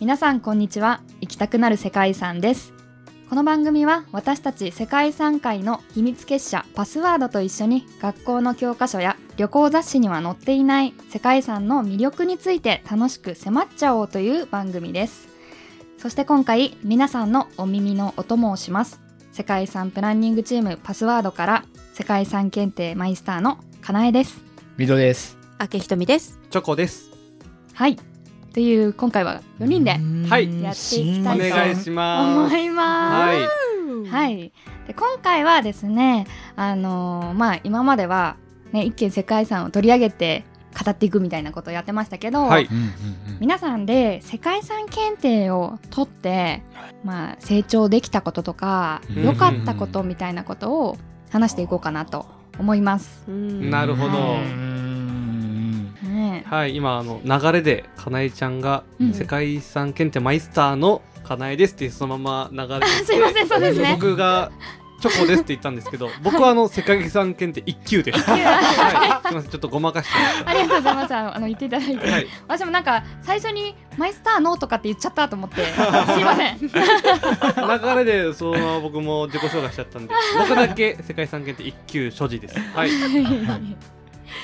皆さんこんにちは行きたくなる世界遺産ですこの番組は私たち世界遺産会の秘密結社パスワードと一緒に学校の教科書や旅行雑誌には載っていない世界遺産の魅力について楽しく迫っちゃおうという番組ですそして今回皆さんのお耳のお供をします世界遺産プランニングチームパスワードから世界遺産検定マイスターのかなえですミドです。明けひとみです。。チョコです。はいという今回は4人ではいやっていきおたと願いしま思す。いますはい。はいい、で今回はですね、あのーまあ、今までは、ね、一軒世界遺産を取り上げて語っていくみたいなことをやってましたけど、はい。うんうんうん。皆さんで世界遺産検定を取って、まあ、成長できたこととかうん良かったことみたいなことを話していこうかなと思います。なるほどうん ねはい、今あの流れでかなえちゃんがうん世界遺産検定マイスターのかなえですってそのまま流れてえ、すいませんそうですね。僕がチョコですって言ったんですけど、僕はあの世界遺産検定一級です。はい。すみません、ちょっとごまかしてましありがとうございます。あの言っていただいて、た。はい。私もなんか最初にマイスターのとかって言っちゃったと思って、すいません。流れでそのまま僕も自己紹介しちゃったんで、僕だけ世界遺産検定一級所持です。はい。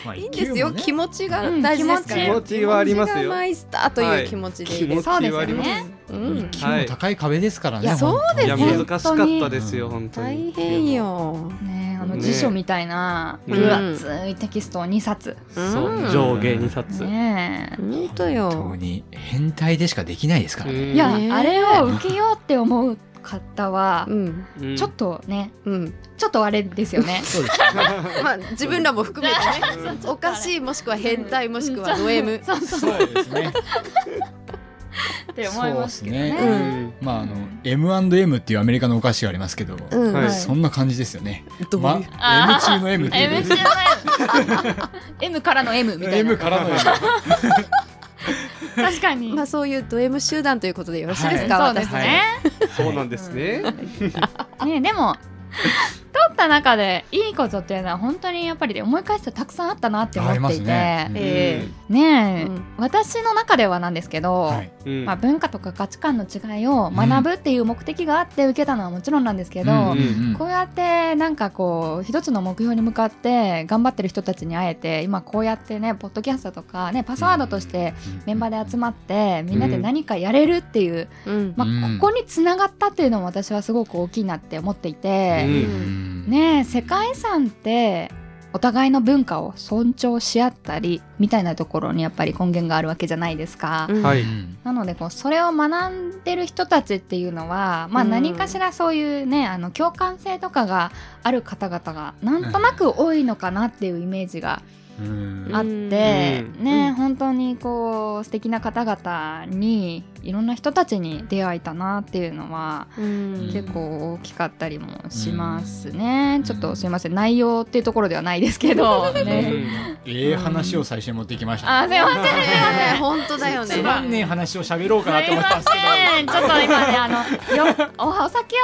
まあいいんですよ。気も持ちがうん大事ですから。気持ち気持ちはありますよ気持ちがマイスターという気持ちでいいです。そうですはよありますね。うん。給も高い壁ですからね。いや本当にいやそうです難よしかったですよ本当大に。変。よ。ねあのね辞書みたいなうん分厚いテキストを2冊、そううん上下二冊。ねえ本当本当よ。に変態でしかできないですからね。いや、ねえあれを受けようって思う方はうん。うんちょっとねうん。ちょっとあれですよねそうです。まあ自分らも含めて ね。おかしいもしくは変態もしくはド M。そうそうそうですね。って思いますけどねそうですねう んまああの M&M っていうアメリカのお菓子がありますけど、うん。はいそんな感じですよね。どうまいう M 中の M っていう M 中の M M からの M みたいな M からの M。確かに、まあそういうド M 集団ということでよろしいですか。そうで私たすちね、そうなんですね。ねでも取った中でいいことっていうのは本当にやっぱり思い返すとたくさんあったなって思ありっまていすてねね。ええ、うん私の中ではなんですけど、はい。うんまあ、文化とか価値観の違いを学ぶっていう目的があって受けたのはもちろんなんですけど、うんうんこうやってなんかこう一つの目標に向かって頑張ってる人たちに会えて今こうやってねポッドキャストとかねパスワードとしてメンバーで集まってみんなで何かやれるっていう、うん。まうあ、んここにつながったっていうのも私はすごく大きいなって思っていて。ううんんねえ世界遺産ってお互いの文化を尊重し合ったりみたいなところにやっぱり根源があるわけじゃないですか。うんはういんなのでこうそれを学んでる人たちっていうのは、まあ、うん何かしらそういうね、あの共感性とかがある方々がなんとなく多いのかなっていうイメージがうんあって、うんねうんうん本当にこう素敵な方々にいろんな人たちに出会えたなっていうのはうん結構大きかったりもしますね、ちょっとすいません内容っていうところではないですけ ど、ね、ええ話を最初に持ってきましたね。あすいませんすいまねせん本当だよねつ。まんねえ話を喋ろうかなすとい思ったんまですけど。せんちょっと今ねあのよおお酒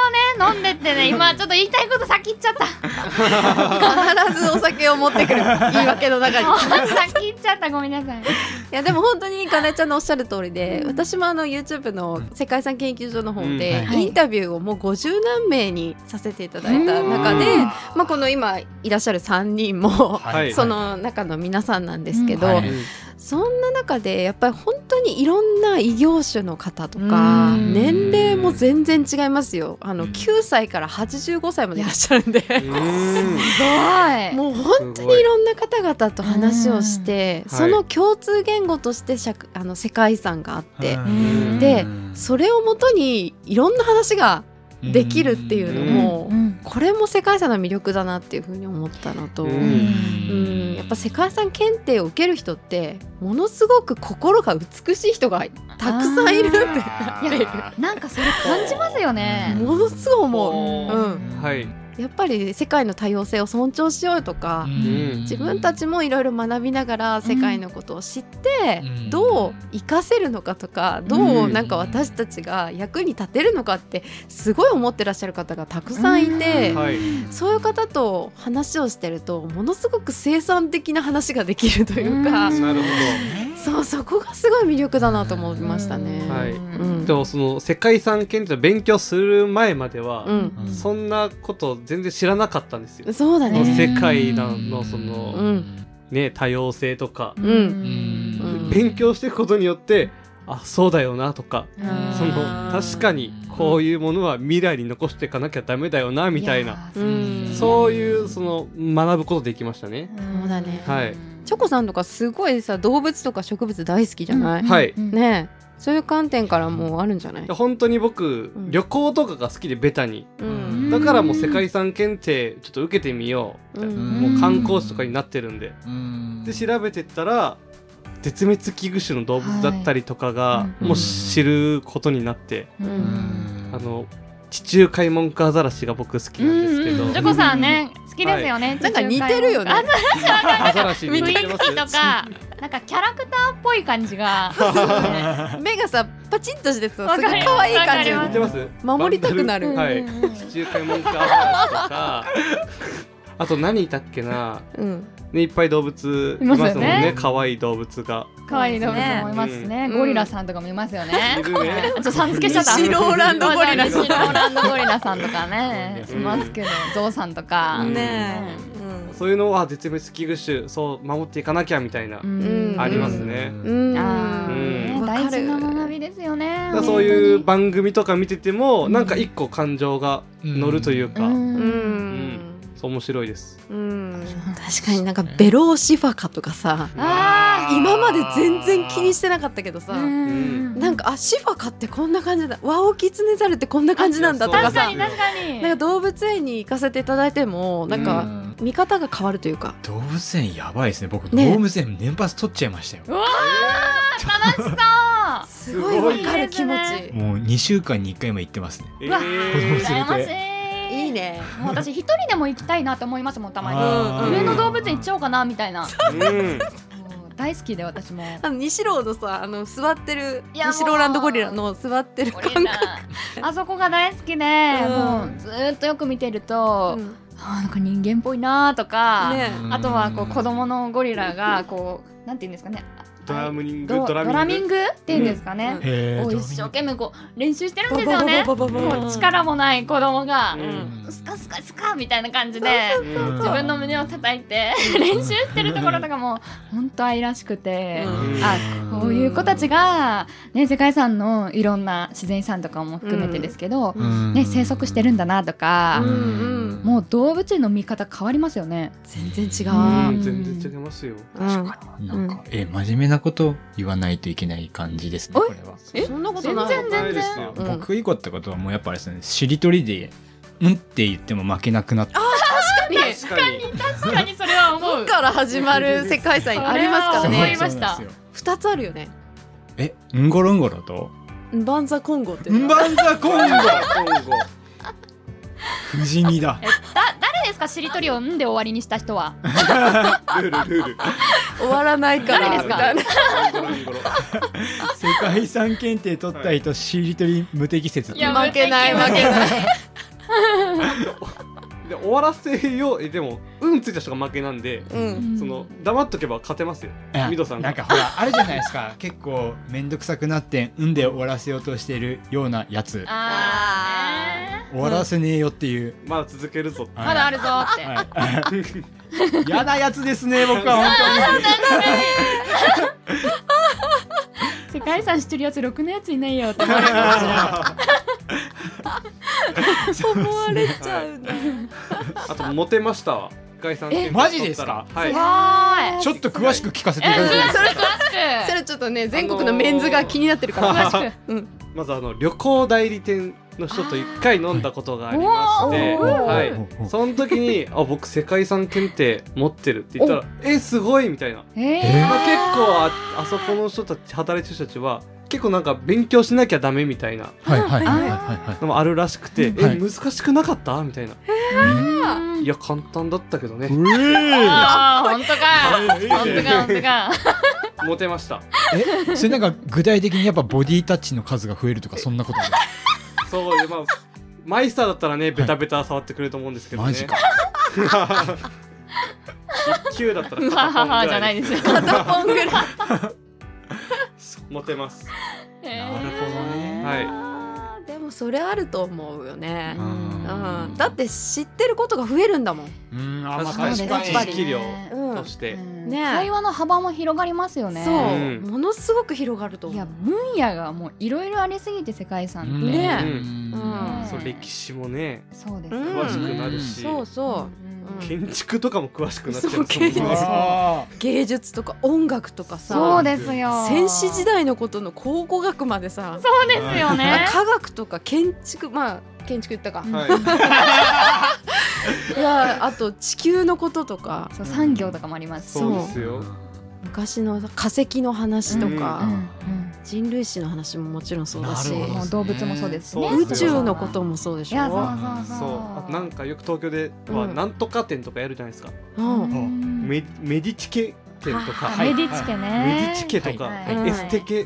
をね飲んでってね今ちょっと言いたいこと先行っちゃった必ずお酒を持ってくる言い訳の中に。先行っちゃったごめんなさいいやでも本当にかなえちゃんのおっしゃる通りで私もあの YouTube の世界遺産研究所の方で、うんはいインタビューをもう50何名にさせていただいた中で、うんまあ、この今いらっしゃる3人も、はいその中の皆さんなんですけど、うんはういんそんな中でやっぱり本当にいろんな異業種の方とうかん年齢も全然違いますよあうのん9歳から85歳までいらっしゃるんで。うんすごいもう本当にいろんな方々と話をして、うんその共通言語として社あの世界遺産があって、うんでそれをもとにいろんな話ができるっていうのも、うんこれも世界遺産の魅力だなっていうふうに思ったのと、ううんんんやっぱ世界遺産検定を受ける人ってものすごく心が美しい人がたくさんいるってあいやーなんかそれ感じますよねものすごい思う、うおん、はい。やっぱり世界の多様性を尊重しようとか、ん自分たちもいろいろ学びながら世界のことを知って、うんどう活かせるのかとかどうなんか私たちが役に立てるのかってすごい思ってらっしゃる方がたくさんいて、うんはい。そういう方と話をしてるとものすごく生産的な話ができるというか、うんなるほど。そうそこがすごい魅力だなと思いましたね。はいうんでもその世界遺産検定勉強する前までは、うん、うんそんなこと全然知らなかったんですよ。そうだもうね。世界のその、うんね多様性とか、うんうん勉強していくことによってあそうだよなとかうんその確かにこういうものは未来に残していかなきゃダメだよなみたいなやーうんそういうその学ぶことできましたね。そうだねはいチョコさんとかすごいさ動物とか植物大好きじゃない、うんはいうんねえそういう観点からもうあるんじゃない、本当に僕、うん旅行とかが好きでベタにううんんだからもう世界遺産検定ちょっと受けてみようみたいな、うんもう観光地とかになってるんで、うんで調べてったら絶滅危惧種の動物だったりとかが、はいうんもう知ることになって、ううんんあの地中海モンクアザラシが僕好きなんですけど、うんうんチョコさんね好きですよね、なんか似てるよねあアザラシ雰 似囲て気まとすかなんかキャラクターっぽい感じ が目がさパチンとしてさわすかごるい可愛い感じわか似てます守りたくなるバンダルはい地中海モンクアザラシとかあと何いたっけな、うんね、いっぱい動物いいまますすよねもんね可愛い動物が可愛い動物もいますね、うんゴリラさんとかもいますよね、いるねちょっとさん付けしちゃった西ローランドゴリラさん西ローランドゴリラさんとかねういんますけどゾウさんとか、うんねえ、うんそういうのは絶滅危惧種そう守っていかなきゃみたいな、んありますね、うんあーうねん大事な学びですよねだからそういう本番組とか見てても、うんなんか一個感情が乗るという当か、にううんんそう面白いですうん確かになんかベローシファカとかさあ今まで全然気にしてなかったけどさ、うんなんかあシファカってこんな感じだワオキツネザルってこんな感じなんだとか確かさに確かになんか動物園に行かせていただいてもなんうかん見方が変わるというか、動物園やばいですね僕ね動物園年パス取っちゃいましたようわー楽しそうすごいわかる気持すごいちもう2週間に1回も行ってますねえわー 羨ましいいいねもう私一人でも行きたいなと思いますもんたまにあー上野動物園行っちゃおうかなみたいなうんもう大好きで私もあの西郎のさあの座ってるいやもう西郎ランドゴリラの座ってるゴ感リ 覚ラあそこが大好きで、もうずーっとよく見てると、うんあーなんか人間っぽいなーとか、ねあとはこう子供のゴリラがこうなんて言うんですかねドラミングドドラミングラミングっていうんですかね、へをードラミング一生懸命こう練習してるんですよねババババババもう力もない子供がう、んスカスカスカみたいな感じでうん自分の胸を叩いて練習してるところとかも本当愛らしくて、うんあこういう子たちが、ね、世界遺産のいろんな自然遺産とかも含めてですけど、うんね、生息してるんだなとうか、んうんもう動物園の見方変わりますよね。全然違うう、ん全然違いますようんなんか、え、真面目なこと言わないといけない感じですね、これは。えそんなことない全然全然ですようん僕が良かったことはもうやっぱあれですね、しりとりで、うんって言っても負けなくなった。確かに確かにそれは思う。から始まる世界遺産ありますからそう思ねいましたそうなんですよ二つあるよねえ、うんごろんごろと、バンザコンゴってうんばんざこん今ご、後不死身だえ。だ誰ですかしりとりを「ん」で終わりにした人はルールルール終わらないから誰ですかみたいドラミングドラミング世界遺産検定取った人、しりとり無適切って。いやな負けない負けないで終わらせようえでもうんついた人が負けなんでうんその黙っとけば勝てますよあミドさんなんかほらあるじゃないですか 結構めんどくさくなってうんで終わらせようとしてるようなやつあ終わらせねえよっていう、まだ続けるぞ ってーまだあるぞーって、はい、 嫌なやつですね僕は本世界遺産してるやつろくなやついないよって思われちゃうなあとモテましたわ深井さんえ結構マジですか撮ったらはわいーい当にちょっと詳しく聞 かせていえただいていいですそかれそ詳しれちょっとね全国のメンズが気になってるから、く詳しうんまずあの旅行代理店の人と一回飲んだことがありましておーはいおーその時に「あ僕世界遺産検定持ってる」って言ったら「えすごい」みたいな、くええーまあ、結構ああそこの人たち働いてる人たちは結構なんか勉強しなきゃダメみたいなはいはいはいあーはいはのもあるらしくて「はいえ難しくなかった?」みたいな「うんいや簡単だったけどねいはあー本当かい本当か本当かモテましたえそれなんか具体的にやっぱボディタッチの数が増えるとかそんなことない」そうでまあマイスターだったらねベタベタ触ってくれると思うんですけどねマジ か一級だったら ははははじゃないでですよ片ポンぐらいモテますなるほどねはいでもそれあると思うよね、うんうんだって知ってることが増えるんだもんうん、あ、まあ、確かに確かに。やっぱり知識量うんとしてうんね会話の幅も広がりますよねそう、うんものすごく広がると思いうや分野がもういろいろありすぎて世界遺産って、ねうんうんそう歴史もねそうです、うん詳しくなるしそうそうんう、うん建築とかも詳しくなっちゃうそう建築そのそうあ芸術とか音楽とかそさうですよ戦士時代のことの考古学までさそうですよね科学とか建築まあ建築言ったか、うんはいやあと地球のこととかそう産業とかもありますしそうそでうすよ昔の化石の話とか、うん人類史の話ももちろんそうだし、なるうんほもう動物もそうですしねそう宇宙のこともそうでいしやそうそょ、うそうあそうとなんかよく東京ではうんなんとか店とかやるじゃないですかうんうメメディチケ店とかあはいメディチケね、メディチケとかはいはいエステケ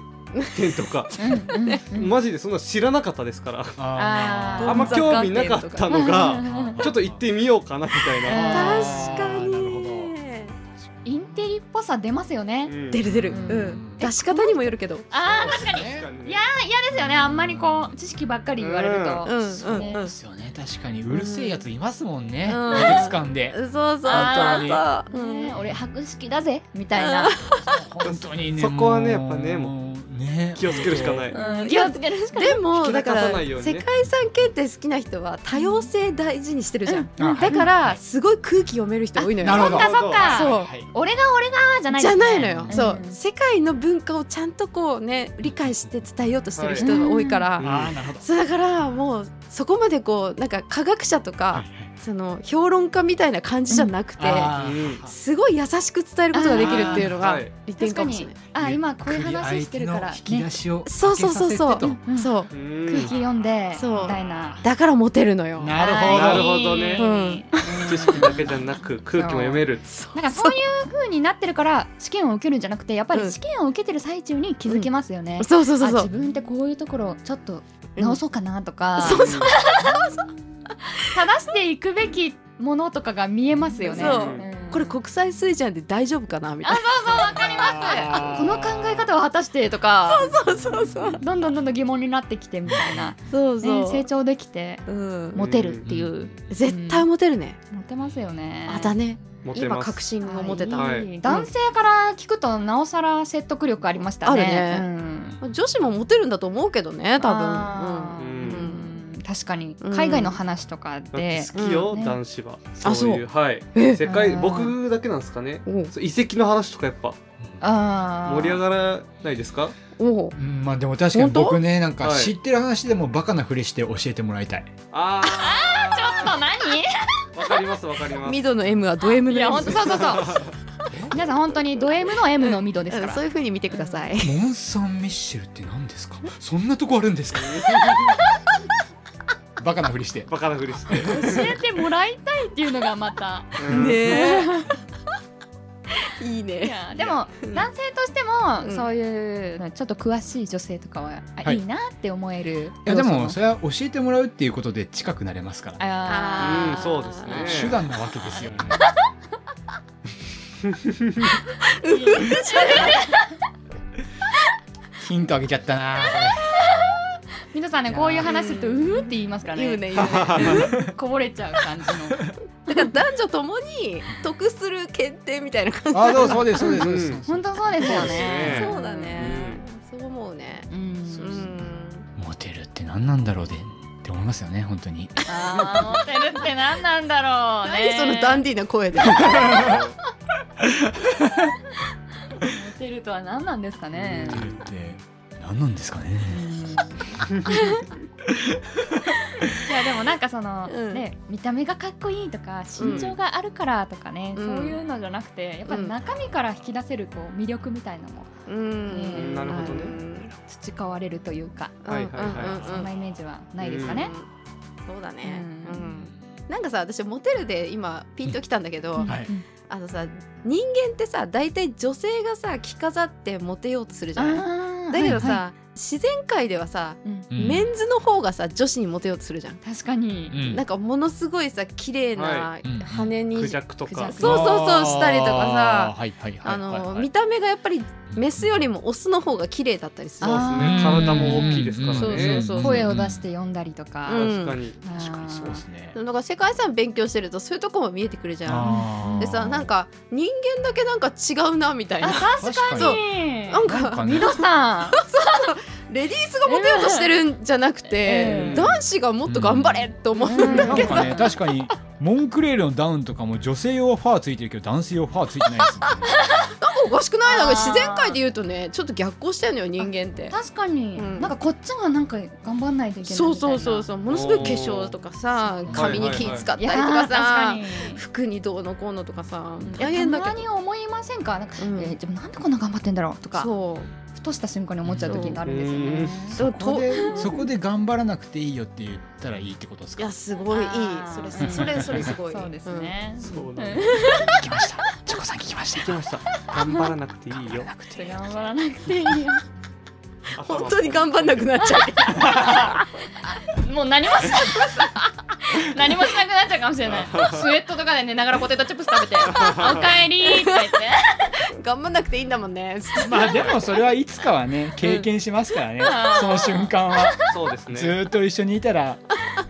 店とかうんうんうん マジでそんな知らなかったですからあああんま今日興味なかったのがちょっと行ってみようかなみたいなあ確かーなるほどに インテリっぽさ出ますよね、うん出る出る、ううんん出し方にもよるけどああ確かに確かにいねや嫌ですよねあんまりこう知識ばっかり言われると、うんうんそうねうでんすよね、確かに、うるせえやついますもんね。美うん術館で。そうそう本そう、うんね俺博識だぜみたいな、本当にね。 そこはねもうやっぱねもう。ね。気をつけるしかないうん気をつけるしかないでも引だき出かさらないようにね世界遺産検定好きな人は多様性大事にしてるじゃん、うんうんだからすごい空気読める人多いのよなるほどそっかそっかそうはい俺が俺がじゃないじですゃねないのよ、んそう世界の文化をちゃんとこうね理解して伝えようとしてる人が多いから、はいああ、なるほど。そうだからもうそこまでこうなんか科学者とか、その評論家みたいな感じじゃなくて、あーうんすごい優しく伝えることができるっていうのあがーはい利点確かかもしれにない。あ今こういう話してるからゆっくり相手の引き出ねしを。そうそうそうそう開けさせてとうんそううん空気読んでみそうたいなだからモテるのよ。なるあーほど。ほどいねい知識だけじゃなく空気も読めるそうなんかそういう風になってるから試験を受けるんじゃなくてやっぱり試験を受けてる最中に気づきますよね、そうそうそうそあ自う。分ってこういうところちょっと直そうかなとか、そうそう正していくべきものとかが見えますよね。そうんこれ国際水準で大丈夫かなみたあいそうそうわかりまあーす。この考え方は果たしてとかな。そうそうどんどんどんどん疑問になってきてみたいな、そうね、そ成う。長できてうん。モテるっていう、絶対モテるね。モテますよね。あだね。持て今ま確す信が持てた。あはいい男性から聞くとなおさら説得力ありましたね。あるうん、女子もモテるんだと思うけどね多分。あーうんうん確かにうん海外の話とかだってで、好きようん男子はあそういうはいえ世界うん僕だけなんですかねうん。そう遺跡の話とかやっぱあー盛り上がらないですかおおう。うん、まあでも確かに本当僕ねなんかはい知ってる話でもバカなふりして教えてもらいたい、あちょっと何？あわかりますわかりますミドの M はド M いのや M 本当そうそうそう。皆さん本当にド M の M のミドですかうんらそう。いう風に見てください。モン・サン・ミッシェルって何ですかそんなとこあるんですか バカなふりしてバカなふりして教えてもらいたいっていうのがまた。うんねえ。 いいい ね。やでも男性としても、うんそういうのちょっと詳しい女性とかは、あはいい、いなって思える。いやでもそそれは教えてもらうっていうことで近くなれますからねあーうんそうですね手段なわけです よねヒントあげちゃったな皆さんねこういう話するとううんーって言いますから言うね。ね言うね。こぼれちゃう感じの。だから男女ともに得する検定みたいな感じ。あそうそうですそうですそううんです本当そうですよそうですねね。そうだね。そう思うね。うん。うん。うん。モテるって何なんだろうでって思いますよね本当にああモテるって何なんだろうね。何そのダンディーな声で。モテるとは何なんですかね。モテるって何なんですかねいやでもなんかその、うんね見た目がかっこいいとか身長があるからとかね、うんそういうのじゃなくてやっぱり中身から引き出せるこう魅力みたいなのもうん。なるほどね培われるというか、はいはいはいうんうんうんうんそんなイメージはないですかね。うんそうだね。ううんん。なんかさ私モテるで今ピンときたんだけど、はいうんあのさ人間ってさ大体女性がさ着飾ってモテようとするじゃないあーだけどさ、は自然界ではさ、うんうんメンズの方がさ女子にモテようとするじゃん、確かに、うんなんかものすごいさ綺麗はうなん羽に、クジャクとクジャかクそうそうそうしたりとかさあーはいはいはいあの、はいはい見た目がやっぱりメスよりもオスの方が綺麗だったりするそうですねあー体も大きいですからねそうそうそう声を出して呼んだりとか、うん確かに、あー確かにそうですねなんか世界遺産勉強してるとそういうとこも見えてくるじゃんあーでさなんか人間だけなんか違うなみたいあ な確かに確なんかになんかかミねドさんレディースがモテようとしてるんじゃなくてうん男子がもっと頑張れと思ううんなんかね確かにモンクレールのダウンとかも女性用ファーついてるけど男性用ファーついてないですもんねおかしくないなんかあー自然界で言うとねちょっと逆行してるのよ人間って確かに、うんなんかこっちがなんか頑張んないといけないみたいなそうそうそうそうものすごい化粧とかさおー髪に気使ったいりやとーか確かさに服にどうのこうのとかさ大た変だまけどに思いませんかなんか、うんえーでもなんでこんな頑張ってんだろうとかそうふとした瞬間に思っちゃう時があるんですよねそそうこでそこで頑張らなくていいよって言ったらいいってことですいかやすごいいいあーそれそれそれすごいそうですね、そうだだねね聞きましたチョコさん聞きました聞きました頑張らなくていいよちょっと頑張ら なくていいようん本当に頑張んなくなっちゃうもう何もしなく何もしなくなっちゃうかもしれ ないスウェットとかで寝ながらポテトチップス食べて「おかえり」って言って頑張んなくていいんだもんねまあでもそれはいつかはね経験しますからね、その瞬間はそうですずねーっと一緒にいたら、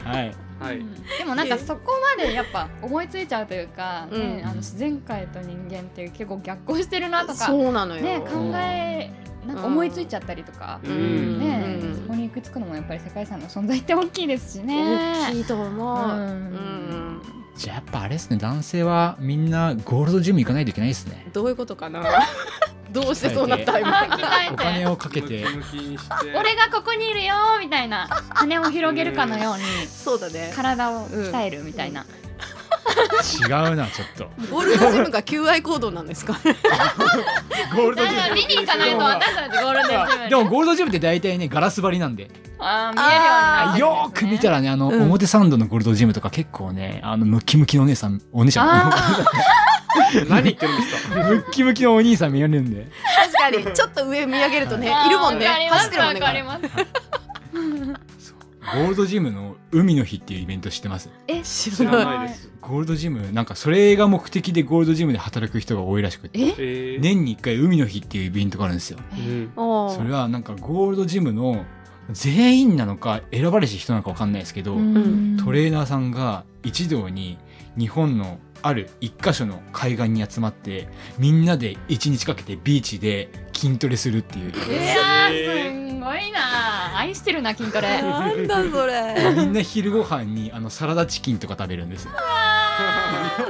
はいはい、でもなんかそこまでやっぱ思いついちゃうというか、うんね、あの自然界と人間って結構逆行してるなとか、そうなのよね、考えなんか思いついちゃったりとか、うんねうんそこに行くつくのもやっぱり世界遺産の存在って大きいですしね。大きいと思うう。うんん、じゃあやっぱあれですね男性はみんなゴールドジム行かないといけないですねどういうこと かな。どうしてそうなった今。あー鍛おえて金をかけ てムキムキにして俺がここにいるよみたいな羽を広げるかのようにそうだね。体を鍛えるみたいな、違うなちょっとゴールドジムが求愛行動なんですか。ゴールドジだから見に行かないと私たちゴールデンジムムにでもゴールドジムって大体ねガラス張りなんであー見えるようになよっーてるくんで見すねたらねあの、うん表参道のゴールドジムとか結構ねあのムキムキのお姉さんお姉ちゃあ何言ってるんですかん ムッキムキのお兄さん見られるんで確かに、ちょっと上見上げるとね、ーいるもんね。わかりま走っすてるもんわね。かりますゴールドジムの海の日っていうイベント知ってますえ知知らないですゴールドジムなんかそれが目的でゴールドジムで働く人が多いらしくてええー年に1回海の日っていうイベントがあるんですようんおそれはなんかゴールドジムの全員なのか選ばれし人なのか分かんないですけど、うんトレーナーさんが一堂に日本のある一箇所の海岸に集まってみんなで一日かけてビーチで筋トレするっていういやーすんごいな愛してるな筋ト レなんだそれ。みんな昼ご飯にあのサラダチキンとか食べるんですよ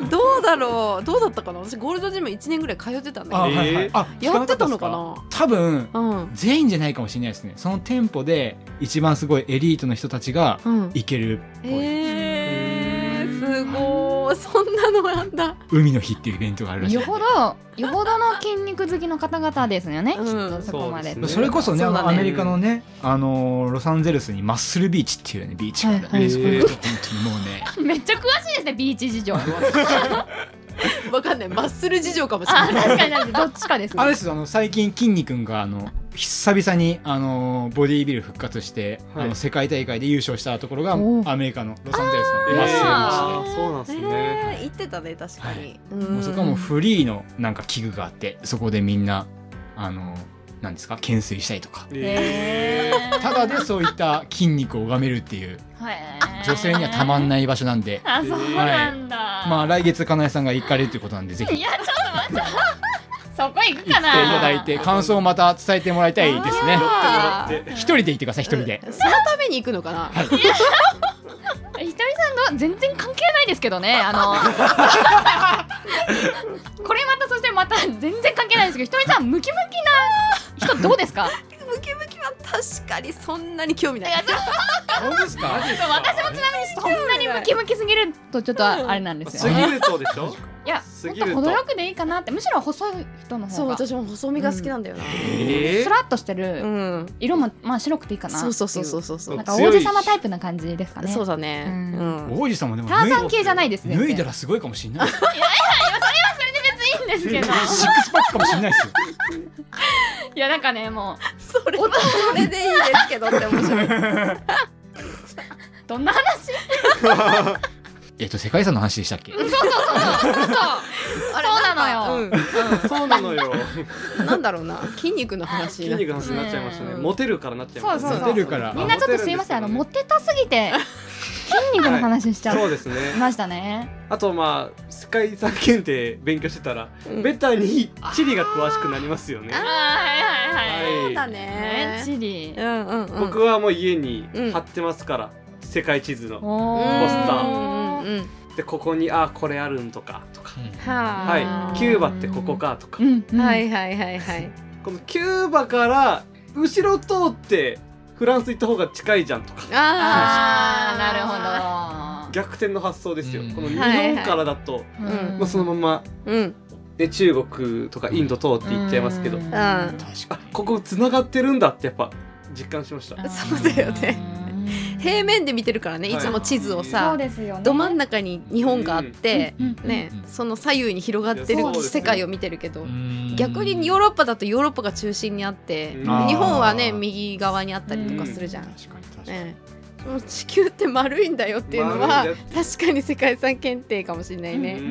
どうだろう。どうだったかな。私ゴールドジム一年ぐらい通ってたんだあ、あけえーはいはいあど。やってたのかな。多分うん。全員じゃないかもしれないですねその店舗で一番すごいエリートの人たちがうん。行けるっぽい、えー、すごい。そんなのなんだ。海の日っていうイベントがあるらしいよほどよほどの筋肉好きの方々ですよね、うんきっとそこまでそうですそれこそねそうあだねのアメリカのね、あのーロサンゼルスにマッスルビーチっていうねビーチがあるんですけど、はいはい本当にもう ねめっちゃ詳しいですねビーチ 事情あわかんない。マッスル事情かもしれない。確かにだってどっちかですあれねですよあの最近きんに君があの久々にあのーボディービル復活して、はいあの世界大会で優勝したところがおアメリカのロサンゼルスえのマーッスルビあーチーそうなんですね、えー、行ってたね確かに、はいうんでもうそこはもうフリーのなんか器具があってそこでみんなあのーなんですか懸垂したりとかへーただでそういった筋肉を拝めるっていうはい女性にはたまんいない場所なんであそうなんだ、まあ来月かなえさんが行かれるということなんでぜひいやちょっと待 ってそこ行くか行っていなただいて感想をまた伝えてもらいたいですねあーで一人で行ってください一人でそのために行くのかな、ひとりさんが全然関係ないですけどねあ のこれまたそしてまた全然関係ないですけどひとりさんムキムキな人どうですかムキムキは確かにそんなに興味ないいやそう本当ですか私もちなみにそんなにムキムキすぎるとちょっとあれなんです過よねぎるとでしょいやすもっぎるとと程よくでいいかなってむしろ細い人のそ方うがス私も細身が好きなんだよな、えラッとしてうるん色もまあ白くていいかなそうそうそうそうそうっていそなううんか王子様タイプな感じですかねそうだねうんうん王子様でもターザ脱ン系じゃないですねい脱いだらすごいかもしれないシッいやいやいやそれはそれで別にいいんですけどクスパックかもしれないですよいやなんかねもうそそれはそれでいいですけどって面白い。どんな話えっと、世界遺産の話でしたっけそうそうそうそうそうあれそうなのよんかそうなのよ。うんなんだろうな筋肉の話に筋なっ肉の話になっちゃいましたね。うんモテるからなっちゃいましたそうそうそうモテるからみんなちょっとすいませんあのモテテたすぎて筋肉の話しちゃそういですね。ましたねあとまあ世界遺産検定勉強してたらうんベタに地理が詳しくなりますよね。はいはいはいそうだねねチリうんうんうん僕はもう家にうん貼ってますから、世界地図の。おうんポスタうーんうんうんでここにあこれあるんとかとか。ははあーい、キューバってここかとか、うんうんはいはいはいはいこのキューバから後ろ通ってフランス行った方が近いじゃんとか あーどなる逆転の発想ですよ、うんこの日はい本はいからだと、ほどうんまあ、そのまま、うんね、中国とかインド通って行っちゃいますけど、うんあ確あかここ繋がってるんだってやっぱ実感しました、そうだよね平面で見てるからねはいいつも地図をそさうですよねど真ん中に日本があってうんうんねうんその左右に広がっていやそうるですね世界を見てるけどに逆にヨーロッパだとヨーロッパが中心にあってうん日本はねあー右側にあったりとかするじゃん確かに確かに、ねえもう地球って丸いんだよっていうのは丸いん確かに世界遺産検定かもしれないうんうね。うんんう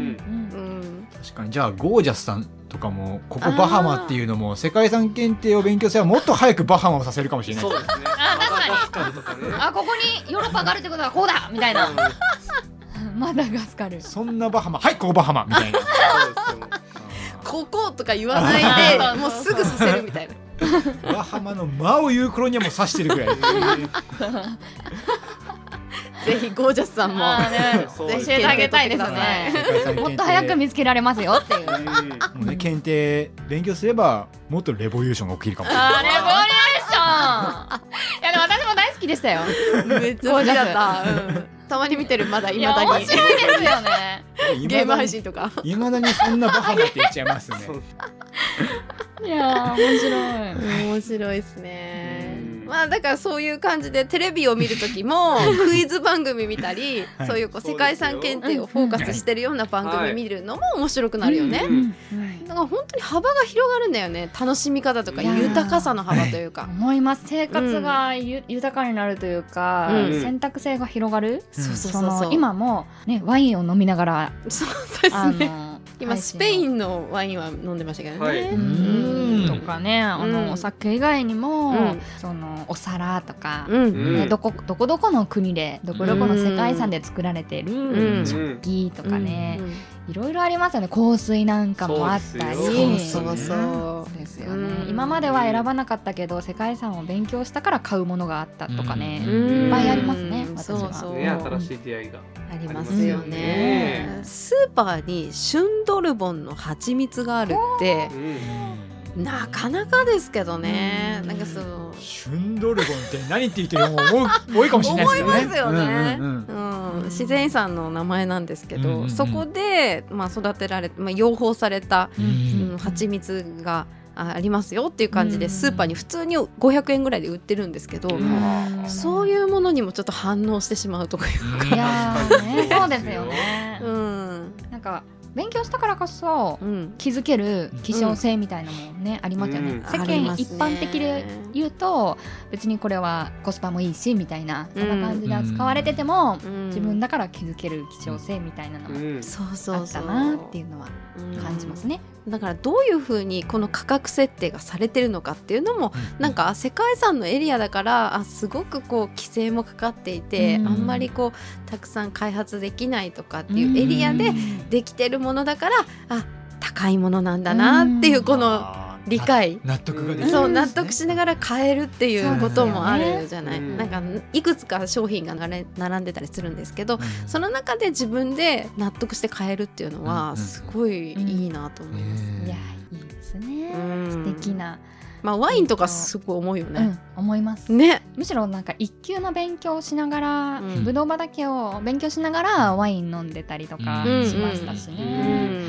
ん、確かにじゃあゴージャスさんとかもここバハマっていうのも世界遺産検定を勉強すればもっと早くバハマをさせるかもしれないそうですねあ確かにマダガスカルとかねあここにヨーロッパがあるってことはこうだみたいなマダガスカルそんなバハマはいここバハマみたいなそうですよこことか言わない あーでもうすぐさせるみ たいな。バハマの間を言う頃にはもう刺してるぐらいぜひゴージャスさんも。あーねそうぜひ教えてあげたいですねもっと早く見つけられますよっていううんもうね検定勉強すればもっとレボリューションが起きるかもしれないあーレボリューションいやでも私も大好きでしたよめっちゃ好きだった。うんたまに見てるまだい未やだ面に白いですよねゲーム配信とか。いまだにそんなバハマって言っちゃいますね そういや面白い面白いですねうん。まあだからそういう感じでテレビを見る時 もクイズ番組見たり、はいそういうこう世界遺産検定をフォーカスしてるような番組見るのも面白くなるよね。うんだから本当に幅が広がるんだよね楽しみ方とか豊かさの幅というか。思います生活がゆ豊かになるというか、うん選択肢が広がる、うんそうそうそそうそのう。今も、ね、ワインを飲みながら そうですね。の 今スペインンのワインは飲んでましたけどね。はいうんとかね、あうんのお酒以外にも、うんそのお皿とか、うんうんねどこどこどこの国でどこどこの世界遺産で作られてる、うんうん木とかねう、んいろいろありますよね香水なんかもあったりそうですよそうそうそそうですよね、うん今までは選ばなかったけど世界遺産を勉強したから買うものがあったとかね、う。いっぱいありますねうん私そはうそう。ね新しい出会いがありますよねありますよねスーパーにシュンドルボンの蜂蜜があるってうんなかなかですけどね、うんなんかそのシュンドルボンって何って言ってるのも思う多いかもしれないですよね思いますよねうんうんうんううんん自然遺産の名前なんですけど、うんうんうんそこで、まあ、育てられまあ、養蜂された、うん、蜂蜜があありますよっていう感じうで、んスーパーに普通に500円ぐらいで売ってるんですけど、うんそうういうものにもちょっと反応してしまうとかいういやーねそうですよね、うんなんか勉強したからこそうん気づける希少性みたいなのもね、ありますよね、うん世あり間ますね一般的で言うと別にこれはコスパもいいしみたいなそんな感じで扱われてても、うん自分だから気づける希少性みたいなのうもんそうあそうっそたうなっていうのは感じますねね。だからどういうふうにこの価格設定がされてるのかっていうのもなんか世界遺産のエリアだからあすごくこう規制もかかっていて、うんあんまりこうたくさん開発できないとかっていうエリアでできてるものだからあ高いものなんだなっていううんこの理解。納得ができるそう納得しながら買えるっていうこともあるじゃない、うんなんかいくつか商品がなれ並んでたりするんですけどそのの中で自分で納得して買えるっていうのうはんすごいいいなと思います。いやいいですね、うん素敵な、まあワインとかすごい重いようんね。思います、ね、むしろなんか一級の勉強をしながら、うんぶどう畑を勉強しながらワイン飲んでたりとかうんしましたしね、ううんん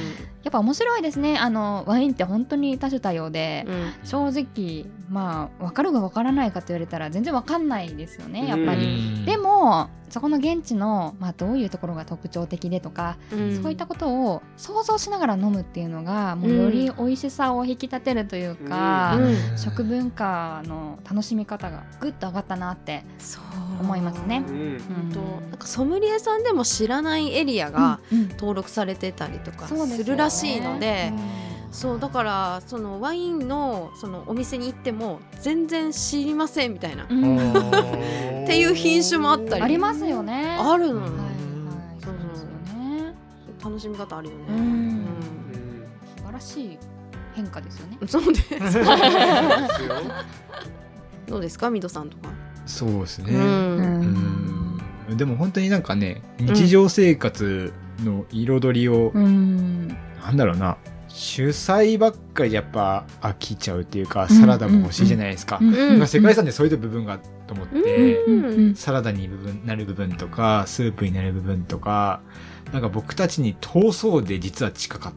やっぱ面白いですねあのワインって本当に多種多様で、うん正直まあ分かるか分からないかと言われたら全然分かんないですよねやっぱり、うんでもそこの現地の、まあ、どういうところが特徴的でとか、うんそういったことを想像しながら飲むっていうのがもうより美味しさを引き立てるというか、うん食文化の楽しみ方がぐっと上がったなってそう思いますねう。んうんとなんかソムリエさんでも知らないエリアが登録されてたりとかそうですよねするらしいのでうんそうだからそのワインのそのお店に行っても全然知りませんみたいな、うんうんっていう品種もあったりありますよね。あるの、はいうんはい、そうですよね。楽しみ方あるよね、ううんうんん素晴らしい変化ですよね。そうです そうですよどうですかミドさんとか、そうですね、うんうんでも本当になんかね日常生活の彩りを、うん、なんだろうな主菜ばっかりやっぱ飽きちゃうっていうかサラダも欲しいじゃないですか、うんうんなんか世界遺産でそういう部分があると思って、うんうんサラダに部分なる部分とかスープになる部分とかなんか僕たちに遠そうで実は近かっ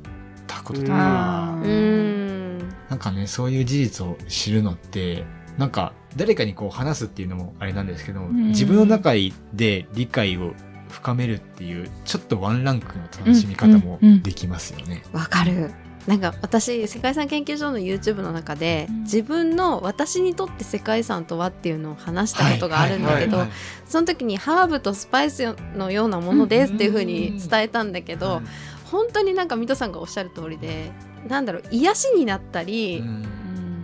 たこととか、うんうんなんかねそういう事実を知るのってなんか誰かにこう話すっていうのもあれなんですけど、ん自分の中で理解を深めるっていうちょっとワンランクの楽しみ方もうんうんうんできますよね。わかるなんか私世界遺産研究所の YouTube の中で、うん自分の私にとって世界遺産とはっていうのを話したことがあるんだはいけど、はいはいその時にハーブとスパイスのようなものですっていうふうに伝えたんだけど、本当になんか水戸さんがおっしゃる通りでなんだろう癒しになったり、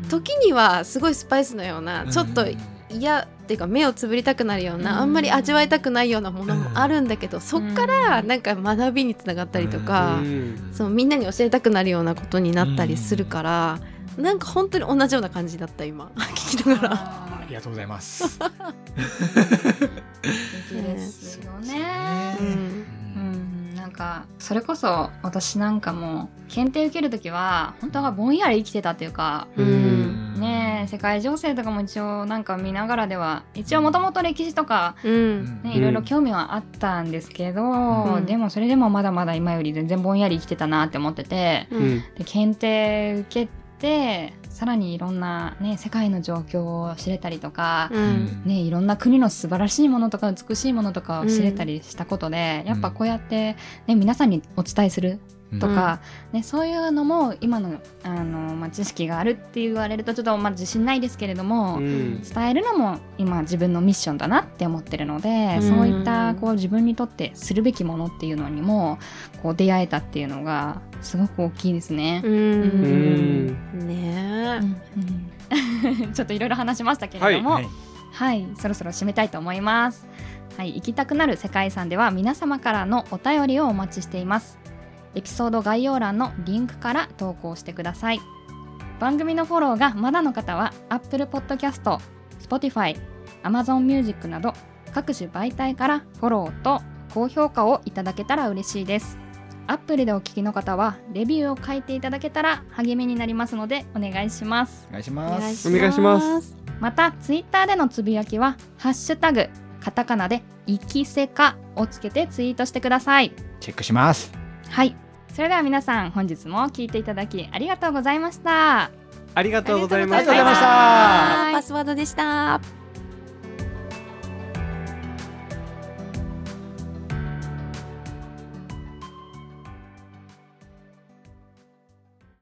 時にはすごいスパイスのようなちょっと嫌っていうか目をつぶりたくなるような、うんあんまり味わいたくないようなものもあるんだけど、そっからなんか学びにつながったりとうか。んそうみんなに教えたくなるようなことになったりするから、なんか本当に同じような感じだった今 聞きながら。ありがとうございます。素敵ですよね。そうですねうんなんかそれこそ私なんかも検定受ける時は本当はぼんやり生きてたっていうか、うんねえ世界情勢とかも一応なんか見ながらでは一応もともと歴史とか、ううんんねうんいろいろ興味はあったんですけど、んでもそれでもまだまだ今より全然ぼんやり生きてたなって思っててううんんで検定受けてさらにいろんな、ね、世界の状況を知れたりとか、うんね、いろんな国の素晴らしいものとか美しいものとかを知れたりしたことで、んやっぱこうやって、ね、皆さんにお伝えするとか、ね、そういうのも今のあの、まあ、知識があるって言われるとちょっと、まあ、自信ないですけれども、うん伝えるのも今自分のミッションだなって思ってるので、うんそういったこう自分にとってするべきものっていうのにもこう出会えたっていうのがすごく大きいですね。ううんんね。うん ちょっといろいろ話しましたけれども、はいはい、そろそろ締めたいと思います。はい、行きたくなる世界遺産では皆様からのお便りをお待ちしています。エピソード概要欄のリンクから投稿してください。番組のフォローがまだの方は Apple Podcast、Spotify、Amazon Music など各種媒体からフォローと高評価をいただけたら嬉しいです。アップルでお聞きの方はレビューを書いていただけたら励みになりますのでお願いします。お願いします。お願いしますまたツイッターでのつぶやきは「ハッシュタグカタカナで「イキセカ」をつけてツイートしてくださいチェックします。はいそれでは皆さん本日も聞いていただきありがとうございましたありがとうございまあし。りがとうございましたたパスワードでした。